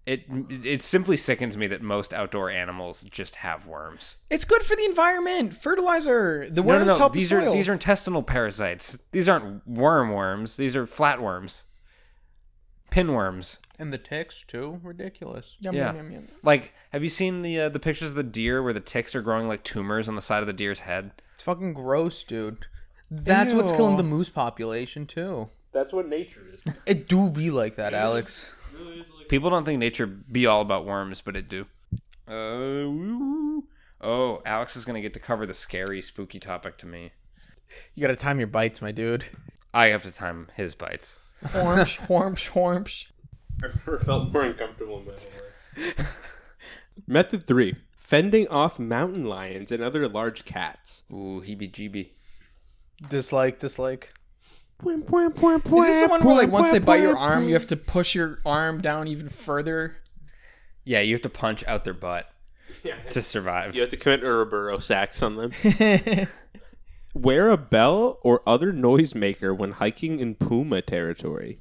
It it simply sickens me that most outdoor animals just have worms.
It's good for the environment. Fertilizer. The
No,
worms
no, no.
help
These
the
are
soil.
these are intestinal parasites. These aren't worm worms. These are flatworms, pinworms.
And the ticks too, ridiculous.
Yum,
yeah.
yum, Oh, yum, yum.
Like, have you seen the uh, the pictures of the deer where the ticks are growing like tumors on the side of the deer's head?
It's fucking gross, dude. That's what's killing the
Ew.
moose population too.
That's what nature is.
It do be like that, Alex.
People don't think nature be all about worms, but it do. Uh, woo. oh, Alex is gonna get to cover the scary, spooky topic to me.
You gotta time your bites, my dude.
I have to time his bites.
Hormsh, hormsh, hormsh.
I've never felt more uncomfortable in my whole life.
Method three: fending off mountain lions and other large cats.
Ooh, heebie-jeebie.
Dislike, dislike.
Is this the one where like once they bite your arm, you have to push your arm down even further?
Yeah, you have to punch out their butt to survive.
You have to commit Urburo sacks on them. Wear a bell or other noisemaker when hiking in puma territory.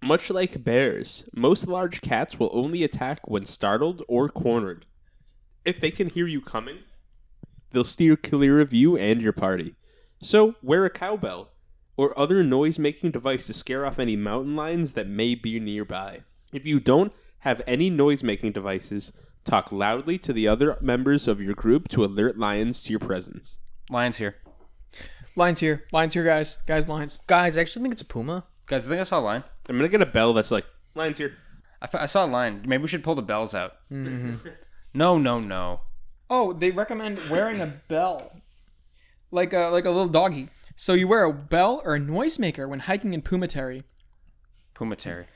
Much like bears, most large cats will only attack when startled or cornered. If they can hear you coming, they'll steer clear of you and your party. So, wear a cowbell or other noise making device to scare off any mountain lions that may be nearby. If you don't have any noise making devices, talk loudly to the other members of your group to alert lions to your presence.
Lions here.
Lines here. Lines here, guys. Guys, lines.
Guys, I actually think it's a puma.
Guys, I think I saw a lion.
I'm gonna get a bell that's like, lions here.
I, f- I saw a lion. Maybe we should pull the bells out. no, no, no.
Oh, they recommend wearing a bell, like a like a little doggy. So you wear a bell or a noisemaker when hiking in Puma Terry.
Pumatary.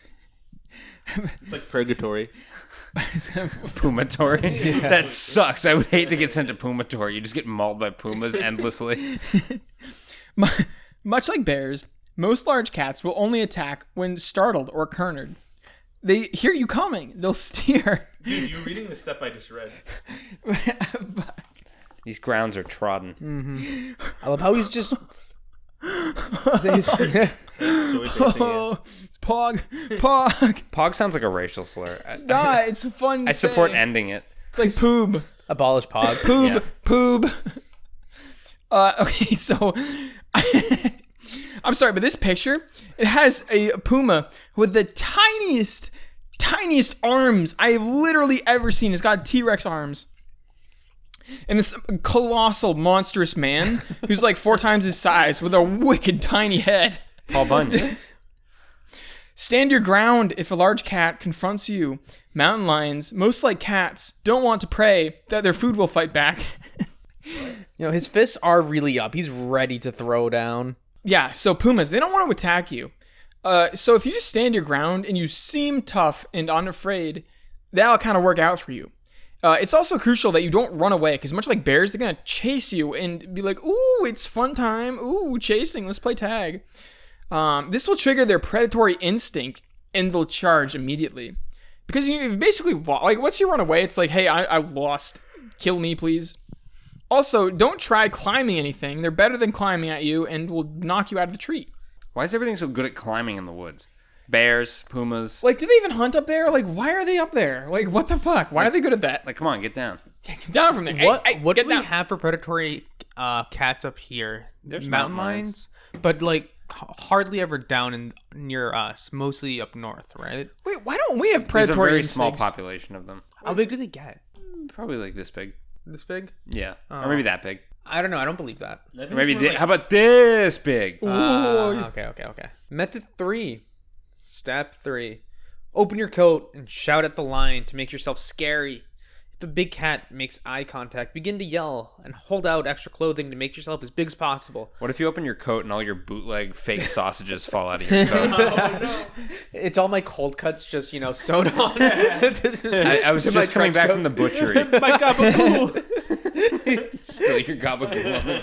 It's like purgatory.
Pumatory. That sucks. I would hate to get sent to Pumatory. You just get mauled by pumas endlessly.
Mu- Much like bears, most large cats will only attack when startled or cornered. They hear you coming. They'll steer.
Dude, you reading the stuff I just read.
These grounds are trodden.
I love how he's just.
Oh, it's Pog. Pog.
Pog sounds like a racial slur. I,
Nah, it's a fun.
I support
saying.
ending it.
It's like poob.
Abolish pod.
Poob.
Yeah.
Poob. Uh, okay, so. I'm sorry, but this picture, it has a puma with the tiniest, tiniest arms I have literally ever seen. It's got T Rex arms. And this colossal, monstrous man who's like four times his size with a wicked tiny head.
Paul Bunyan.
Stand your ground if a large cat confronts you. Mountain lions, most like cats, don't want to prey that their food will fight back.
You know, his fists are really up. He's ready to throw down.
yeah, so pumas, they don't want to attack you. Uh, so if you just stand your ground and you seem tough and unafraid, that'll kind of work out for you. Uh, it's also crucial that you don't run away because much like bears, they're gonna chase you and be like, "Ooh, it's fun time! Ooh, chasing! Let's play tag." Um, this will trigger their predatory instinct and they'll charge immediately because you- you've basically lo- like once you run away, it's like, "Hey, I, I lost. Kill me, please." Also, don't try climbing anything. They're better than climbing at you and will knock you out of the tree.
Why is everything so good at climbing in the woods? Bears, pumas.
Like, do they even hunt up there? Like, why are they up there? Like, what the fuck? Why are they good at that? Like,
Like, come on, get down.
get down from there. Hey,
What
hey,
what
get
do we
down.
have for predatory uh, cats up here? There's
mountain lions.
but like h- hardly ever down in near us. Mostly up north, right?
Wait, why don't we have
There's a
predatory
very small
instincts?
population of them.
How big do they get?
Probably like this big.
This big?
Yeah, or maybe that big.
I don't know. I don't believe that.
Or maybe thi- how about this big?
Uh, okay, okay, okay. Method three, step three: open your coat and shout at the lion to make yourself scary. If a big cat makes eye contact, begin to yell and hold out extra clothing to make yourself as big as possible.
What if you open your coat and all your bootleg fake sausages fall out of your coat?
It's all my cold cuts, just you know, sewed on. I,
I, I was just coming back from the butchery.
Oh My gabagool.
Spill your gabagool on the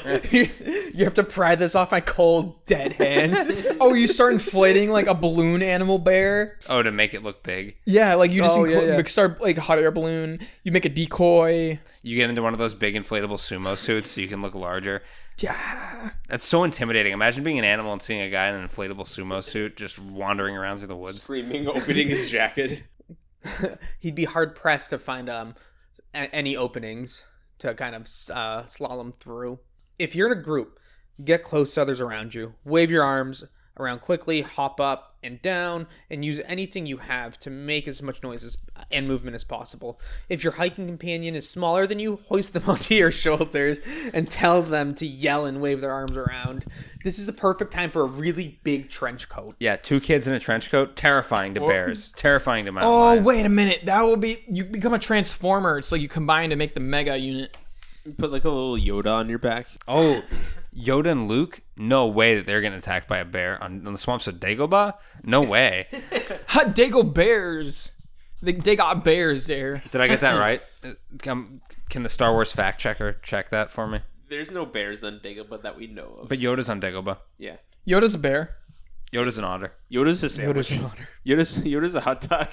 ground.
you have to pry this off my cold, dead hand.
Oh, you start inflating like a balloon animal bear.
Oh, to make it look big.
Yeah, like you just
Oh, yeah,
incl-
yeah.
like, start like a hot air balloon. You make a decoy.
You get into one of those big inflatable sumo suits so you can look larger. Yeah. That's so intimidating. Imagine being an animal and seeing a guy in an inflatable sumo suit just wandering around through the woods.
Screaming, opening his jacket.
He'd be hard pressed to find um a- any openings to kind of uh, slalom through. If you're in a group, get close to others around you. Wave your arms around quickly, hop up and down, and use anything you have to make as much noise as, uh, and movement as possible. If your hiking companion is smaller than you, hoist them onto your shoulders and tell them to yell and wave their arms around. This is the perfect time for a really big trench coat.
Yeah, two kids in a trench coat. Terrifying to bears. Terrifying to mountain
Oh,
lions.
wait a minute. That will be you become a transformer. It's like you combine to make the mega unit.
Put like a little Yoda on your back.
Oh, Yoda and Luke? No way that they're getting attacked by a bear on, on the swamps of Dagobah? No way.
Ha, Dago bears. They, they got bears there.
Did I get that right? Uh, Can, can the Star Wars fact checker check that for me?
There's no bears on Dagobah that we know of.
But Yoda's on Dagobah.
yeah,
Yoda's a bear.
Yoda's an otter.
Yoda's a sandwich. Yoda's, Yoda's, a hot dog.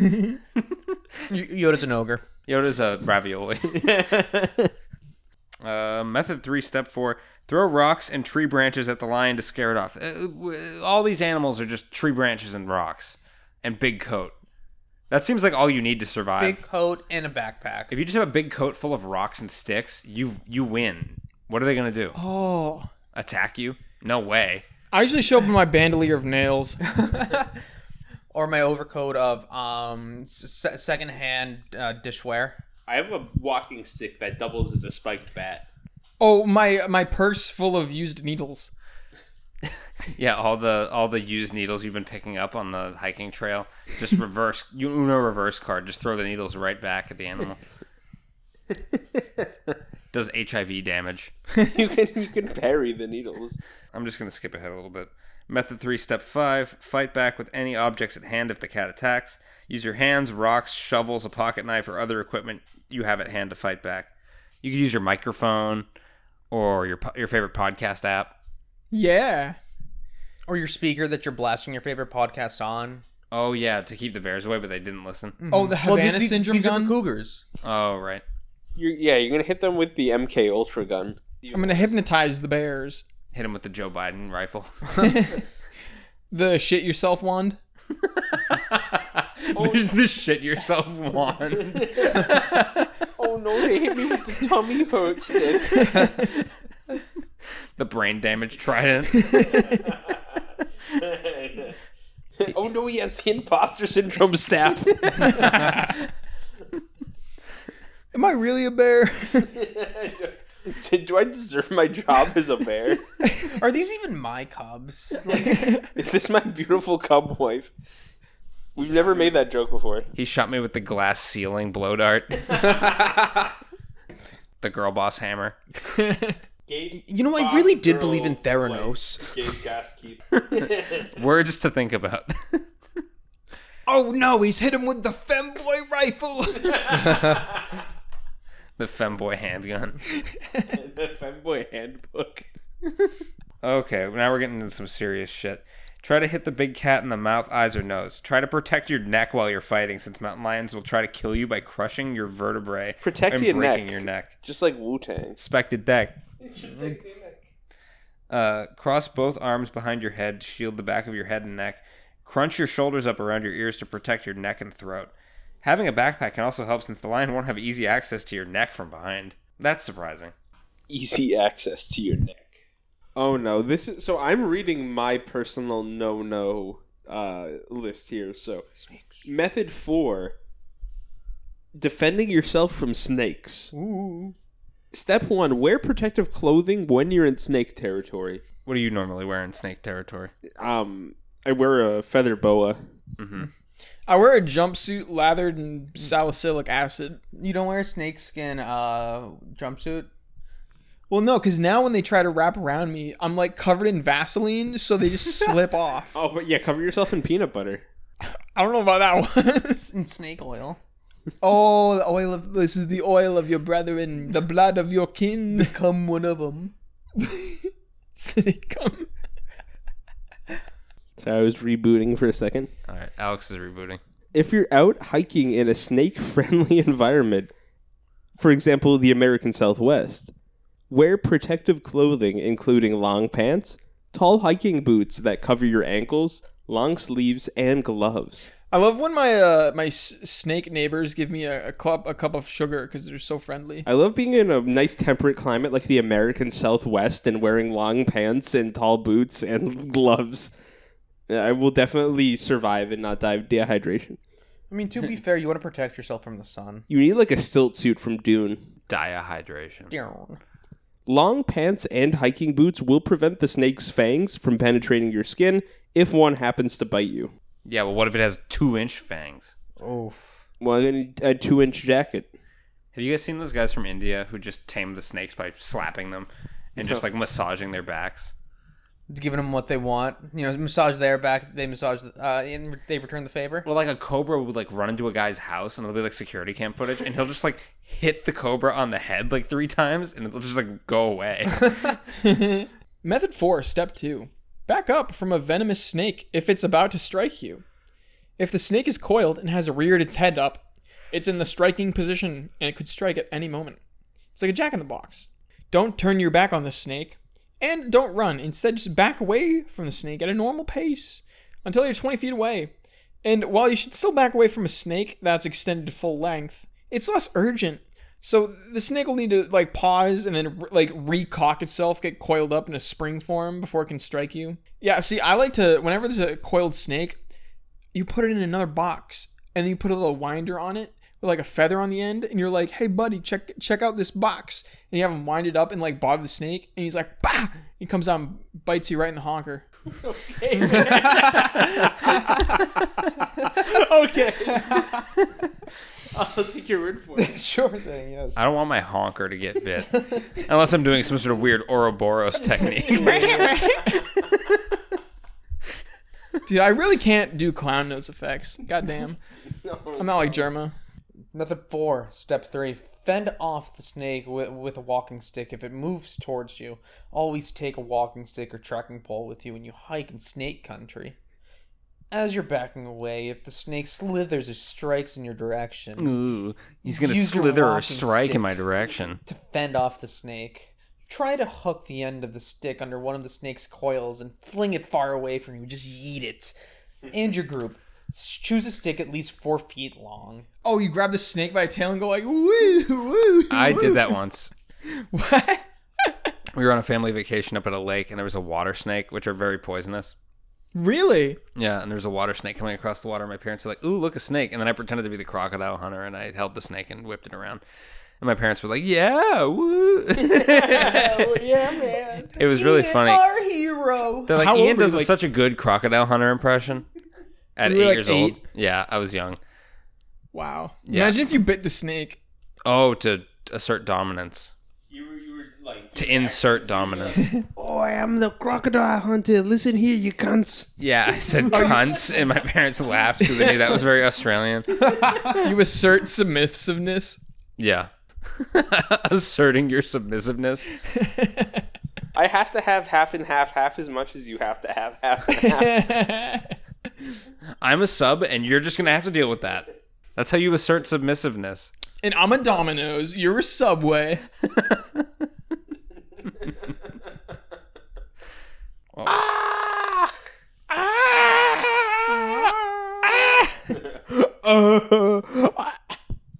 Yoda's an ogre.
Yoda's a ravioli. uh, method three, step four: throw rocks and tree branches at the lion to scare it off. Uh, w- all these animals are just tree branches and rocks, and big coat. That seems like all you need to survive.
Big coat and a backpack.
if you just have a big coat full of rocks and sticks, you you win. What are they gonna do?
Oh.
Attack you? No way.
I usually show up with my bandolier of nails.
or my overcoat of um se- secondhand uh, dishware.
I have a walking stick that doubles as a spiked bat.
Oh, my my purse full of used needles.
Yeah, all the all the used needles you've been picking up on the hiking trail, just reverse you Uno reverse card. Just throw the needles right back at the animal. Does HIV damage?
you can you can parry the needles.
I'm just gonna skip ahead a little bit. Method three, step five: fight back with any objects at hand if the cat attacks. Use your hands, rocks, shovels, a pocket knife, or other equipment you have at hand to fight back. You could use your microphone or your po- your favorite podcast app.
Yeah.
Or your speaker that you're blasting your favorite podcast on.
Oh yeah, to keep the bears away, but they didn't listen.
Oh, the Havana
these-
syndrome
these are for
gun.
cougars.
Oh right.
You're, yeah, you're gonna hit them with the MK Ultra gun.
I'm gonna hypnotize the bears.
Hit him with the Joe Biden rifle.
The shit yourself wand.
the, the shit yourself wand.
Oh no, they hit me with the tummy hurt stick.
The brain damage trident.
oh no, he has the imposter syndrome staff.
Am I really a bear?
do, do I deserve my job as a bear?
Are these even my cubs? Like,
Is this my beautiful cub wife? We've never made that joke before.
He shot me with the glass ceiling blow dart. the girl boss hammer.
you know, I really did believe in Theranos.
Gabe Gaskeep.
Words to think about.
oh no, he's hit him with the femboy rifle.
the femboy handgun.
the Femboy Handbook.
Okay, now we're getting into some serious shit. Try to hit the big cat in the mouth, eyes, or nose. Try to protect your neck while you're fighting, since mountain lions will try to kill you by crushing your vertebrae
Protect
and
your
breaking
neck.
your neck.
Just like Wu Tang.
Expected deck. Uh, cross both arms behind your head to shield the back of your head and neck. Crunch your shoulders up around your ears to protect your neck and throat. Having a backpack can also help since the lion won't have easy access to your neck from behind. That's surprising.
Easy access to your neck. Oh no, this is so I'm reading my personal no no uh, list here. So method four defending yourself from snakes. Step one, wear protective clothing when you're in snake territory.
What do you normally wear in snake territory?
Um I wear a feather boa.
I wear a jumpsuit lathered in salicylic acid.
You don't wear a snakeskin uh, jumpsuit?
Well, no, because now when they try to wrap around me, I'm like covered in Vaseline, so they just slip off.
Oh but yeah, cover yourself in peanut butter.
I don't know about that one.
In snake oil.
oh, the oil of this is the oil of your brethren, the blood of your kin. Become one of them. come.
So I was rebooting for a second.
All right, Alex is rebooting.
if you're out hiking in a snake friendly environment, for example, the American Southwest, wear protective clothing, including long pants, tall hiking boots that cover your ankles, long sleeves, and gloves.
I love when my uh, my s- snake neighbors give me a, a cup a cup of sugar because they're so friendly.
I love being in a nice temperate climate like the American Southwest and wearing long pants and tall boots and gloves. I will definitely survive and not die of dehydration.
I mean, to be fair, you want to protect yourself from the sun.
You need like a stilt suit from Dune.
Dihydration.
Down.
Long pants and hiking boots will prevent the snake's fangs from penetrating your skin if one happens to bite you.
Yeah, but what if it has two inch fangs?
Well, I need a two inch jacket.
Have you guys seen those guys from India who just tame the snakes by slapping them and just like massaging their backs?
Giving them what they want. You know, massage their back. They massage, uh, and they return the favor.
Well, like a cobra would like run into a guy's house and it'll be like security cam footage and he'll just like hit the cobra on the head like three times and it'll just like go away.
Method four, step two: back up from a venomous snake if it's about to strike you. If the snake is coiled and has reared its head up, it's in the striking position and it could strike at any moment. It's like a jack in the box. Don't turn your back on the snake and don't run. Instead, just back away from the snake at a normal pace until you're 20 feet away. And while you should still back away from a snake that's extended to full length, it's less urgent. So the snake will need to like pause and then like recock itself, get coiled up in a spring form before it can strike you. Yeah, see, I like to whenever there's a coiled snake, you put it in another box and then you put a little winder on it with like a feather on the end and you're like hey buddy check check out this box and you have him wind it up and like bother the snake and he's like bah he comes out and bites you right in the honker
okay. I'll take your word for it.
sure thing yes
I don't want my honker to get bit unless I'm doing some sort of weird Ouroboros technique.
dude i really can't do clown nose effects goddamn i'm not like germa
Method four, step three: fend off the snake with, with a walking stick if it moves towards you. Always take a walking stick or trekking pole with you when you hike in snake country. As you're backing away, if the snake slithers or strikes in your direction,
Ooh, he's gonna
Use your
slither or
walking
strike in
stick.
my direction.
to fend off the snake, try to hook the end of the stick under one of the snake's coils and fling it far away from you. Just yeet it. And your group. S- Choose a stick at least four feet long.
Oh, you grab the snake by the tail and go like woo woo.
I did that once.
What?
We were on a family vacation up at a lake, and there was a water snake, which are very poisonous.
Really?
Yeah, and there was a water snake coming across the water. My parents were like, "Ooh, look a snake!" And then I pretended to be the crocodile hunter, and I held the snake and whipped it around. And my parents were like, "Yeah, woo!"
yeah, man.
it was really funny.
Our hero.
They're like,
How old
Ian
were you,
does a-
like-
such a good crocodile hunter impression. At
You were
eight
like
years old,
eight?
yeah, I was young.
Wow.
Yeah.
Imagine if you bit the snake.
Oh, to assert dominance,
You were, you were like
to insert dominance.
Oh, I am the crocodile hunter. Listen here, you cunts.
Yeah, I said cunts, and my parents laughed because they knew that was very Australian.
You assert submissiveness.
Yeah, asserting your submissiveness.
I have to have half and half, half as much as you have to have half and half.
I'm a sub, and you're just gonna have to deal with that. That's how you assert submissiveness.
And I'm a Domino's. You're a Subway.
Oh.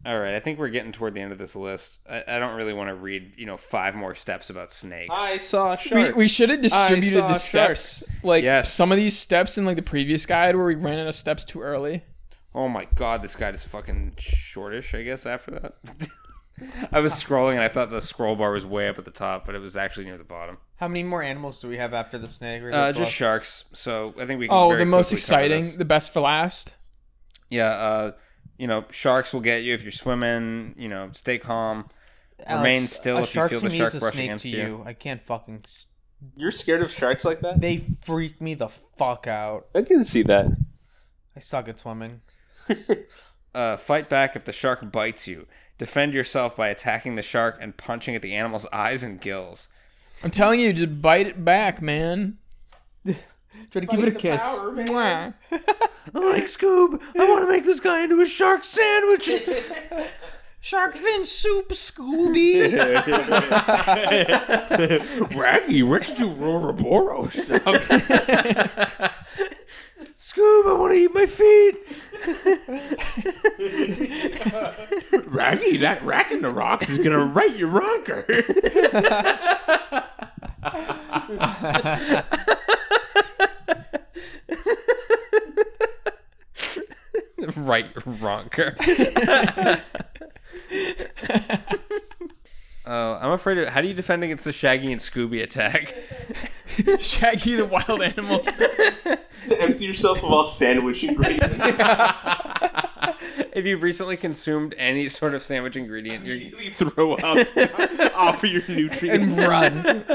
All right, I think we're getting toward the end of this list. I, I don't really want to read, you know, five more steps about snakes.
I saw a shark.
We, we should have distributed
saw
the
a shark.
steps. Like
Yes.
some of these steps in like the previous guide where we ran out of steps too early.
Oh my god, this guide is fucking shortish, I guess, after that. I was scrolling and I thought the scroll bar was way up at the top, but it was actually near the bottom.
How many more animals do we have after the snake? Or is
Uh,
that the
just
last-
sharks. So I think we can.
Oh,
very
the most
quickly cover
exciting,
this.
the best for last.
Yeah, uh, you know, sharks will get you if you're swimming. You know, stay calm.
Alex,
remain still
a
if you
shark
feel the
can
shark
use a
brushing
snake
against
to
you.
I can't fucking. s-
You're scared of sharks like that?
They freak me the fuck out.
I can see that.
I suck at swimming.
Uh, fight back if the shark bites you. Defend yourself by attacking the shark and punching at the animal's eyes and gills.
I'm telling you, just bite it back, man.
Try to give it a kiss.
Mwah.
Like Scoob, I want to make this guy into a shark sandwich.
Shark fin soup, Scooby.
Raggy, let's do Roroboros.
Scoob, I want to eat my feet.
Raggy, that rack in the rocks is gonna right your ronker.
right ronker. Oh, I'm afraid of. How do you defend against the Shaggy and Scooby attack?
Shaggy the wild animal.
Empty yourself of all sandwich ingredients.
if you've recently consumed any sort of sandwich ingredient, you're,
Immediately throw up. Offer your nutrients.
Run.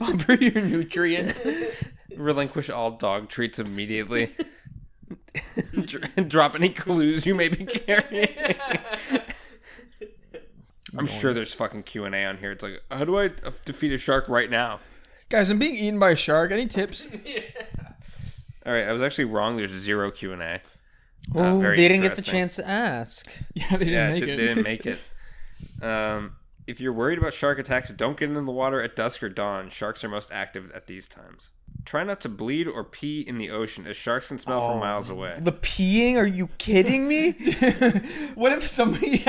Offer your nutrients.
relinquish all dog treats immediately. Dr- Drop any clues you may be carrying. I'm sure there's fucking Q and A on here. It's like, how do I uh, defeat a shark right now?
Guys, I'm being eaten by a shark. Any tips?
All right, I was actually wrong. There's zero Q and A. Uh,
Oh, they didn't get the chance to ask.
Yeah, they didn't
Yeah,
make
they,
it.
they didn't make it. Um, if you're worried about shark attacks, don't get in the water at dusk or dawn. Sharks are most active at these times. Try not to bleed or pee in the ocean, as sharks can smell
Oh,
from miles away.
The peeing? Are you kidding me?
what if somebody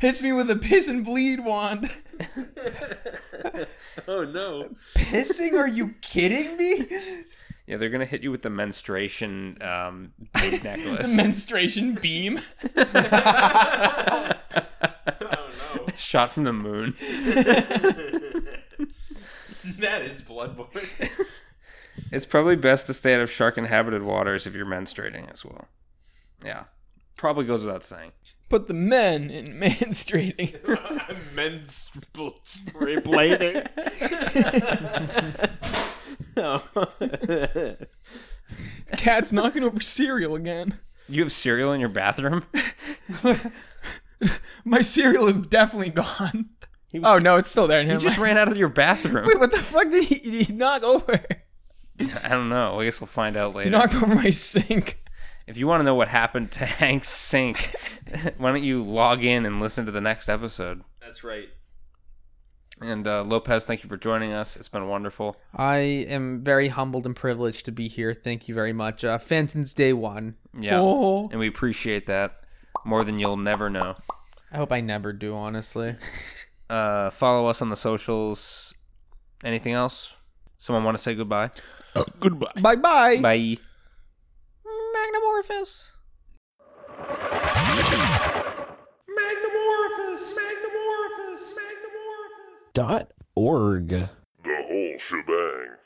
hits me with a piss and bleed wand?
oh no.
Pissing? Are you kidding me?
Yeah, they're gonna hit you with the menstruation um, big necklace.
Menstruation beam.
Shot from the moon.
that is bloodborne.
It's probably best to stay out of shark inhabited waters if you're menstruating as well. Yeah. Probably goes without saying.
Put the men in menstruating.
Men's replating.
Cat's knocking over cereal again.
You have cereal in your bathroom?
My cereal is definitely gone. Oh no, it's still there.
You just ran out of your bathroom.
Wait, what the fuck did he, did he knock over?
I don't know. I guess we'll find out later.
Knocked over my sink.
If you want to know what happened to Hank's sink, why don't you log in and listen to the next episode?
That's right.
And uh, Lopez, thank you for joining us. It's been wonderful.
I am very humbled and privileged to be here. Thank you very much. Uh, fan since day one.
Yeah. And we appreciate that more than you'll never know.
I hope I never do, honestly.
Uh, follow us on the socials. Anything else? Someone want to say goodbye?
bye bye.
Bye.
Magnum Orphis.
dot org.
The whole shebang.